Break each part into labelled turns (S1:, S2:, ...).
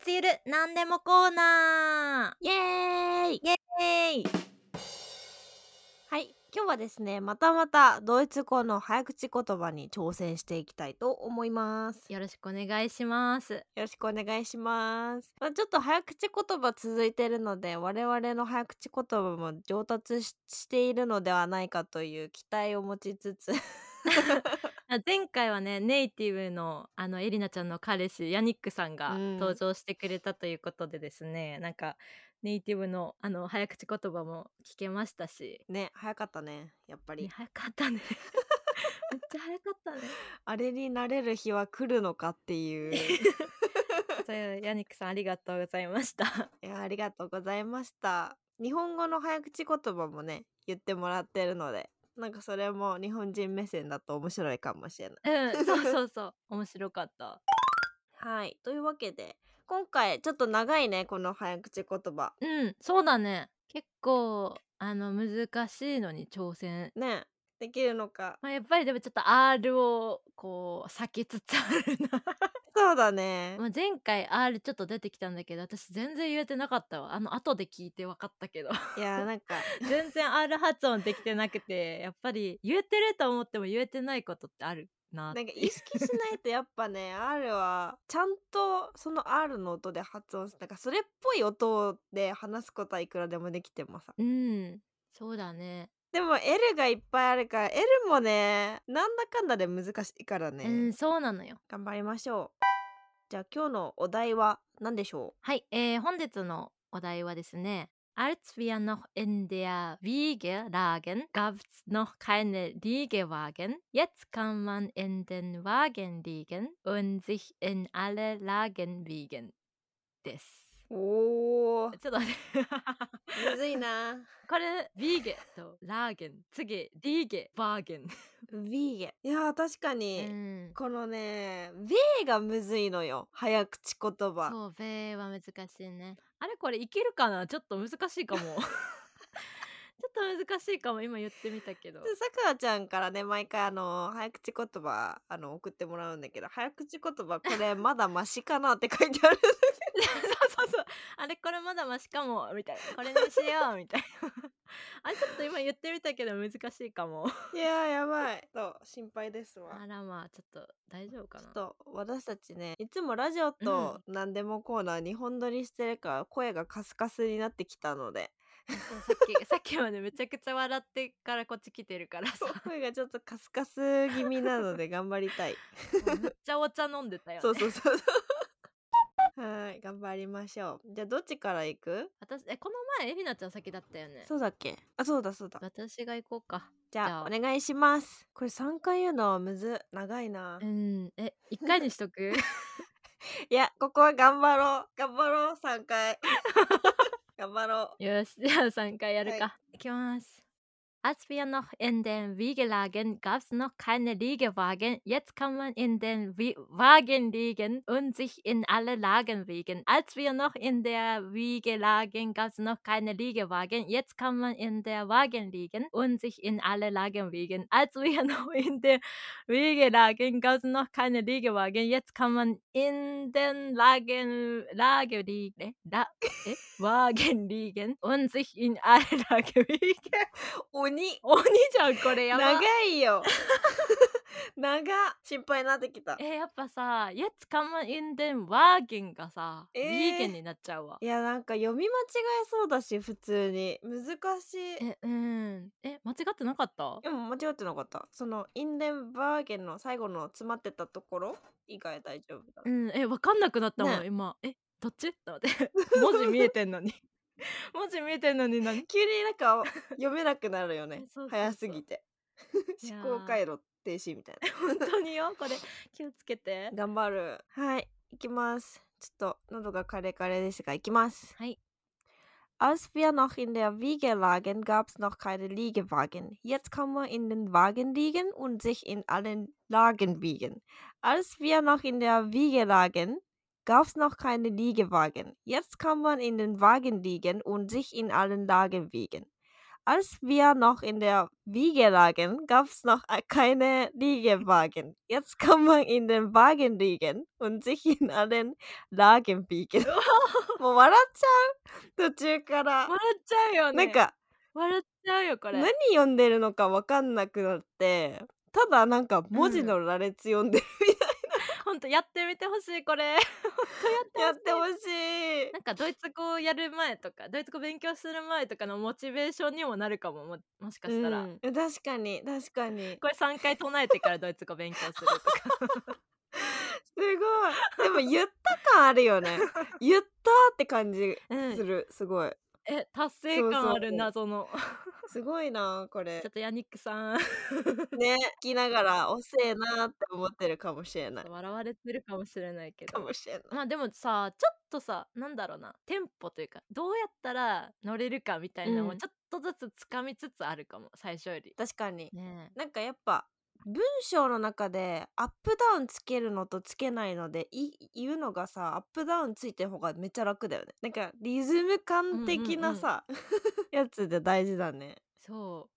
S1: つゆるなんでもコーナ
S2: イエー
S1: ー
S2: イ
S1: イエーイ
S2: はい今日はですねまたまたドイツ語の早口言葉に挑戦していきたいと思いますよ
S1: よろしくお願いします
S2: ろしくお願いします、まあ、ちょっと早口言葉続いてるので我々の早口言葉も上達ししているのではないかという期待を持ちつ つ
S1: あ前回はねネイティブのあのエリナちゃんの彼氏ヤニックさんが
S2: うん
S1: 登場してくれたということでですね、なんかネイティブのあの早口言葉も聞けましたし、
S2: ね早かったねやっぱり、
S1: ね、早かったね めっちゃ早かったね
S2: あれになれる日は来るのかっていう
S1: そういうヤニックさんありがとうございました
S2: いやありがとうございました日本語の早口言葉もね言ってもらってるのでなんかそれも日本人目線だと面白いかもしれない
S1: うんそうそうそう面白かった
S2: はいというわけで今回ちょっと長いねこの早口言葉
S1: うんそうだね結構あの難しいのに挑戦
S2: ねできるのか
S1: まあ、やっぱりでもちょっと R をこう避けつつある
S2: そうだね
S1: な まあ前回 R ちょっと出てきたんだけど私全然言えてなかったわあの後で聞いて分かったけど
S2: いや なんか
S1: 全然 R 発音できてなくてやっぱり言えてると思っても言えてないことってあるなって
S2: なん
S1: いう
S2: か意識しないとやっぱね R はちゃんとその R の音で発音してなんかそれっぽい音で話すことはいくらでもできてもさ
S1: うんそうだね
S2: でも L がいっぱいあるから L もねなんだかんだで難しいからね、
S1: うんそうなのよ
S2: 頑張りましょうじゃあ今日のお題は何でしょ
S1: はい、えー本日のお題はですね Als wir noch in der Wiege lagen, gab's noch keine Liegewagen. Jetzt kann man in den Wagen liegen und sich in alle Lagen wiegen. です。
S2: うおー
S1: ちょっと待って。
S2: むずいな
S1: これ、ビーゲとラーゲン。次、リーゲ、バーゲン。
S2: V ゲいやー確か
S1: う
S2: に、
S1: ん。
S2: このね V がむずいのよ早口言葉
S1: そう、べーは難しいね。あれこれいけるかなちょっと難しい かも。ちょっと難しいかも。今言ってみたけど
S2: で。さくらちゃんからね毎回あの早口言葉あの送ってもらうんだけど早口言葉これまだマシかなって書いてある
S1: そうそうそうあれこれまだマシかもみたいなこれにしようみたいな あれちょっと今言ってみたけど難しいかも
S2: いやーやば いと心配ですわ
S1: あらまあちょっと大丈夫か
S2: ちょ
S1: な
S2: っと私たちねいつもラジオと何でもコーナー2本撮りしてるから声がカスカスになってきたので
S1: そうさっきさっ きまでめちゃくちゃ笑ってからこっち来てるからさ
S2: 声がちょっとカスカス気味な ので頑張りたい
S1: もうめっちゃお茶飲んでたよ、ね、
S2: そうそうそうそう はーい頑張りましょうじゃあどっちから行く
S1: 私えこの前エリナちゃん先だったよね
S2: そうだっけあそうだそうだ
S1: 私が行こうか
S2: じゃあ
S1: じゃあ
S2: お願いしますこれ3回言うのはむず長いな
S1: うんえ一回にしとく
S2: いやここは頑張ろう頑張ろう3回 頑張ろう
S1: よし、じ ゃあ3回やる
S2: は
S1: か。い、きます。Als wir noch in den Wiege lagen, gab's noch keine Liegewagen. Jetzt kann man in den Wi Wagen liegen und sich in alle Lagen wiegen. Als wir noch in der Wiege lagen, gab's noch keine Liegewagen. Jetzt kann man in der Wagen liegen und sich in alle Lagen wiegen. Als wir noch in der Wiege lagen, gab's noch keine Liegewagen. Jetzt kann man in den Lagen, Lage liegen. La äh, Wagen liegen und sich in alle Lage wiegen.
S2: 鬼
S1: 鬼じゃんこれやば
S2: 長 いよ 長っ心配になってきた
S1: えーやっぱさ「やつかまインデンワーゲン」がさ「
S2: えー
S1: リーゲン」になっちゃうわ
S2: いやなんか読み間違えそうだし普通に難しい
S1: えうんえ間違ってなかった
S2: でも間違ってなかったそのインデンバーゲンの最後の詰まってたところ以外大丈夫だ、
S1: うんえわかんなくなったもん、
S2: ね
S1: 今えどっちだって待って 文字見えてんのに 文字見えてんのに何
S2: 急になんか読めなくなるよね
S1: そうそうそう
S2: 早すぎて
S1: いやー
S2: 思考回路停止みたい
S1: 本当によこれ気をつけて
S2: な頑張るはい行きますちょっと喉がカレカレですが行きます
S1: はい
S2: Als wir noch in der Wiege lagen, gab es noch keine Liegewagen. Jetzt kann man in den Wagen liegen und sich in allen Lagen wiegen. Als wir noch in der Wiege lagen, gab es noch keine Liegewagen. Jetzt kann man in den Wagen liegen und sich in allen Lagen wiegen. Als wir noch in der Wiege lagen, gab es noch a- keine Liegewagen. Jetzt kann man in den Wagen liegen und sich in allen Lagen biegen.もう笑っちゃう途中から。
S1: 笑っちゃうよ
S2: なん
S1: ね。
S2: か
S1: 笑っちゃうよ、こ
S2: 何
S1: れ。
S2: 読んでるのかわかんなくなって、ただなんか
S1: う
S2: 文字
S1: ん。
S2: の羅列読 んでるみたい
S1: ほんと、やってみてほしい、これ。ほん とやって
S2: や
S1: ほ
S2: って
S1: しい。
S2: ほしい。
S1: なんか、ドイツ語をやる前とか、ドイツ語勉強する前とかのモチベーションにもなるかも、ももしかした
S2: う
S1: ら。
S2: ん。確かに、確かに。
S1: これ3回唱えてからドイツ語勉強するとか。
S2: すごい。でも言った感ある よね。言ったって感じ
S1: う
S2: す
S1: ん。
S2: る。すごい。
S1: え、達成
S2: そう
S1: 感
S2: そ
S1: あ
S2: う。
S1: る謎の。
S2: すごいな、こ
S1: ちょっ
S2: れ。
S1: とヤニック さん。
S2: ね、聞きながら遅えなって思ってるかもしれない。
S1: 笑われてるかもしれないけ
S2: か
S1: ど
S2: もしれない。
S1: まあでもさちょっとさなんだろうなテンポというかどうやったら乗れるかみた
S2: う
S1: いなのも
S2: ん。
S1: ちょっとずつつかみつつあるかも最初より
S2: 確かに。
S1: ねえ
S2: なんかやっぱ文章の中でアップダウンつけるのとつけないのでい言うのがさアップダウンついてる方がめっちゃ楽だよね。なんかリズム
S1: うん
S2: 感
S1: うん
S2: 的な
S1: うん
S2: さ やつで大事だね。
S1: そ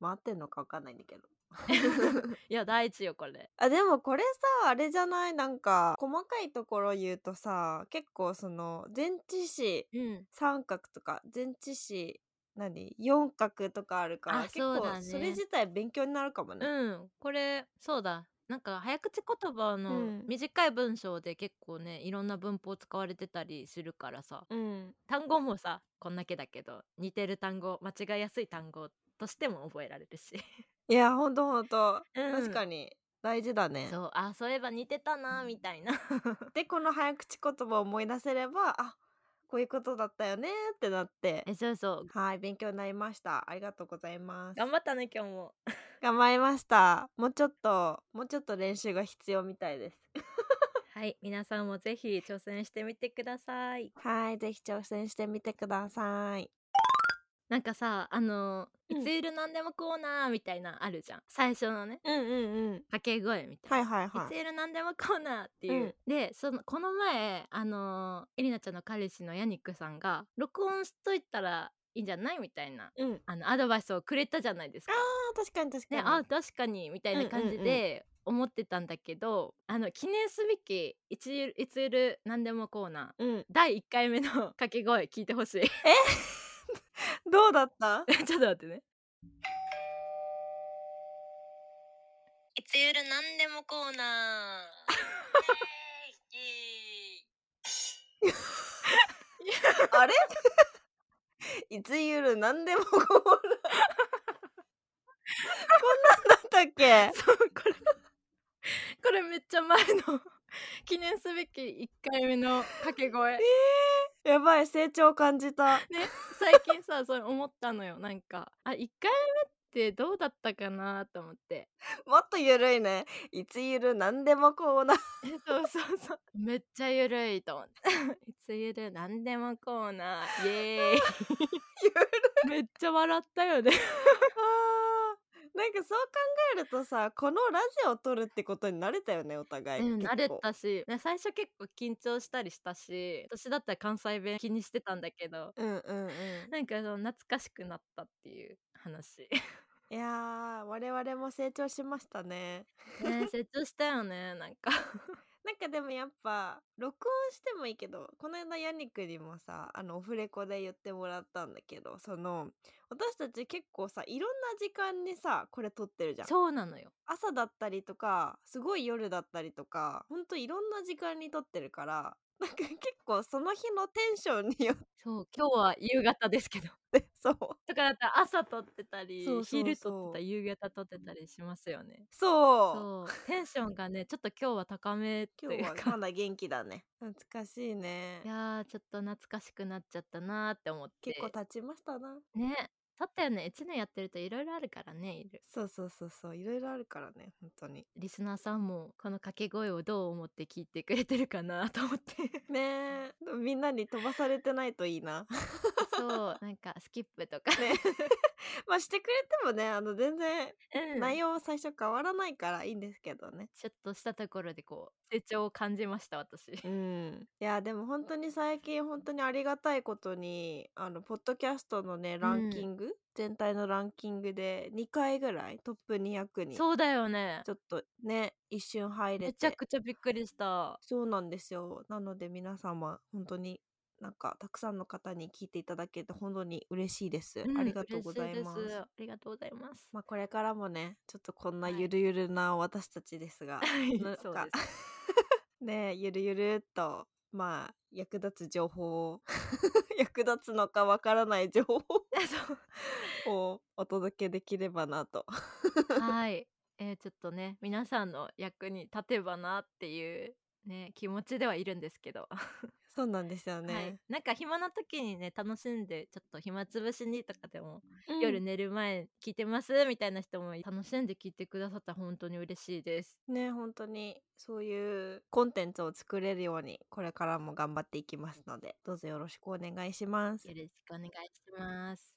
S1: う
S2: 回ってんのかわかんないんだけど。
S1: いや大事よこれ
S2: あでもこれさあれじゃないなんか細かいところ言うとさ結構その前置詞
S1: うん
S2: 三角とか前置詞何四角とかあるか
S1: あ
S2: ら結
S1: そう
S2: 構
S1: だ
S2: それ
S1: ね
S2: 自体勉強になるかもね。
S1: うんこれそうだなんか早口言葉
S2: う
S1: の
S2: ん。
S1: 短い文章で結構ねいろんな文法使われてたりするからさ
S2: うん。
S1: 単語もさこんだけだけど似てる単語間違いやすい単語としても覚えられるし
S2: いやほんとほんと
S1: う
S2: 確
S1: ん
S2: かに大事だね。
S1: そうあそういえば似てたなみたいな
S2: でこの早口言葉を思い出せればあこういうことだったよねってなって
S1: えそうそう
S2: はい勉強になりました。ありがとうございます。
S1: 頑張ったね今日も
S2: 頑張りました。もうちょっと、もうちょっと練習が必要みたいです。
S1: はい皆さんもぜひ挑戦してみてください
S2: はい、ぜひ挑戦してみてください。
S1: なんかさあの
S2: う
S1: いつ
S2: ん、
S1: ゆるなんでもコーナーみたいなのあるじゃん最初のね
S2: うん、うん、うん。
S1: 掛け声みたい
S2: は
S1: な。
S2: い、はい、
S1: い
S2: は
S1: つゆるなんでもコーナーって
S2: い。う
S1: いう。
S2: ん、
S1: で、その、この前、あのーエリナちゃんの彼氏のヤニックさんが、録音しといたらいいんじゃないみたいな、
S2: うん。
S1: あの、アドバイスをくれたじゃないです
S2: あ
S1: か。
S2: あ、確かに、確
S1: ね、
S2: か
S1: あ、
S2: に。
S1: 確かに、みたい
S2: うん、
S1: な
S2: う
S1: 感
S2: ん、
S1: じ
S2: うん。
S1: で思ってたんだけど、あの、記念すべき、いつゆる、いつゆるなんでもコーナー、
S2: うん。
S1: 第1回目の 掛け声聞いてほしい。
S2: え どうだった
S1: ちょっと待ってね。いつゆるなんでもコーナー。イエーイ
S2: あれ いつゆるなんでも こうなこんなんだったっけ
S1: そうこれ これめっちゃ前の 記念すべき1回目の掛け声
S2: えー、 やばい、成長を感じた。
S1: ね最近さそれ思ったのよなんかあ1回目ってどうだったかなと思って
S2: もっとゆるいね。いつゆるなんでもこうな
S1: えそうそうそう めっちゃゆるいと思って いつゆるなんでもコーナーイ エーイ
S2: ゆる
S1: めっちゃ笑ったよね
S2: あーなんかそう考えるとさこのラジオを撮るってことに慣れたよねお互
S1: う
S2: い
S1: ん
S2: 結
S1: 慣れ
S2: 構
S1: たし、ね、最初結構緊張したりしたし私だったら関西弁気にしてたんだけど
S2: うんうんうん
S1: なんかその懐かしくなったっていう話
S2: いやー我々も成長しましたね
S1: ね成長したよねなんか
S2: なんかでもやっぱ録音してもいいけどこの間ヤニックにもさあのオフレコで言ってもらったんだけどその私たち結構さいろんな時間にさこれ撮ってるじゃ ん
S1: そうなのよ
S2: 朝だったりとかすごい夜だったりとかほんといろんな時間に撮ってるから なんか結構その日のテンションによっ
S1: そう今日は夕方ですけど
S2: てそう
S1: とかだったら朝撮ってた
S2: そ
S1: り
S2: うそう
S1: 昼撮ってた
S2: そう。
S1: り夕方撮ってたりしますよね
S2: そう。
S1: そうテンションがねちょっと今日は高めと
S2: 今
S1: い
S2: 日
S1: う
S2: は
S1: か
S2: まだ元気だね。懐かしい
S1: い
S2: ね。
S1: やーちょっと懐かしくなっちゃったなーって思っ
S2: 結構
S1: て
S2: 経ちましたな。
S1: ねだったよね1年やってるといろいろあるからねいる
S2: そうそうそうそう。いろいろあるからね、本当に。
S1: リスナーさんもこの掛け声をどう思って聞いてくれてるかなと思って
S2: ねえ、でもみんなに飛ばされてないといいな。
S1: そうなんかスキップとか
S2: ね。 まあしてくれてもね、あの全然
S1: う
S2: 内
S1: ん
S2: 容は最初変わらないからいいんですけどね。
S1: ちょっとしたところでこう成長を感じました私
S2: うん、いやでも本当に最近本当にありがたいことにあのポッドキャストのね
S1: う
S2: ランキ
S1: ん
S2: ング全体のランキングで2回ぐらいトップ200にち
S1: そうだよね。
S2: ょっとね一瞬入れ
S1: めちゃ
S2: て
S1: くちゃびっくりした。
S2: そうなんですよなので皆様本当になんかたくさんの方に聞いていただけて本当に嬉しいです、
S1: うん、
S2: ありがとう
S1: 嬉
S2: ご
S1: し
S2: ざ
S1: い
S2: い
S1: で
S2: ます
S1: す。ありがとうございます。
S2: まあこれからもねちょっとこんな
S1: はい
S2: ゆるゆるな私たちで すが、なん
S1: そう
S2: か
S1: です。
S2: ねゆるゆるっとまあ役立つ情報を 役立つのかわからない情報
S1: そう
S2: をお届けできればなと
S1: はい、えーちょっとね皆さんの役に立てばなっていうね気持ちではいるんですけど、
S2: そうなんですよ
S1: はい
S2: ね、、
S1: なんか暇な時にね楽しんでちょっと暇つぶしにとかでも、
S2: うん
S1: 夜寝る前聞いてますみたいな人も楽しんで聞いてくださったら本当に嬉しいです。
S2: ね本当にそういうコンテンツを作れるようにこれからも頑張っていきますのでどうぞよろしくお願いします
S1: よろしくお願いします。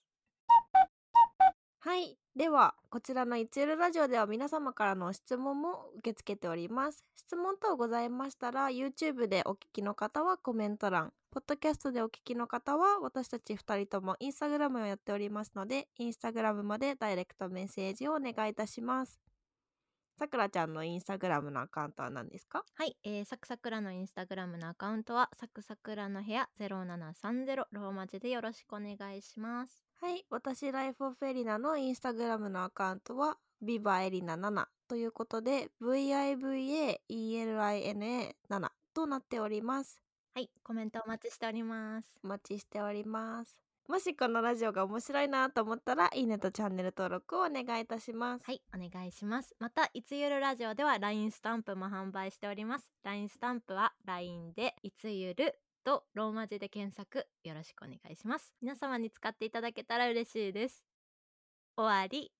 S2: はい。では、こちらのいちゆるラジオでは皆様からの質問も受け付けております。質問等ございましたら、YouTube でお聞きの方はコメント欄、ポッドキャストでお聞きの方は、私たち2人とも Instagram をやっておりますので、Instagram までダイレクトメッセージをお願いいたします。さくらちゃんの Instagram のアカウントは何ですか
S1: はい、えー、サクサクラのインスタグラムのアカウントはサクサクラの部屋0730ローマ字でよろしくお願いします。
S2: はい、私、ライフオフエリナのインスタグラムのアカウントは、ビバエリナ7ということで、VIVAELINA7 となっております。
S1: はい、コメントお待ちしております。
S2: お待ちしております。もしこのラジオが面白いなと思ったら、いいねとチャンネル登録をお願いいたします。
S1: はい、お願いします。また、いつゆるラジオでは LINE スタンプも販売しております。LINE スタンプは LINE でいつゆるとローマ字で検索よろしくお願いします。皆様に使っていただけたら嬉しいです。終わり。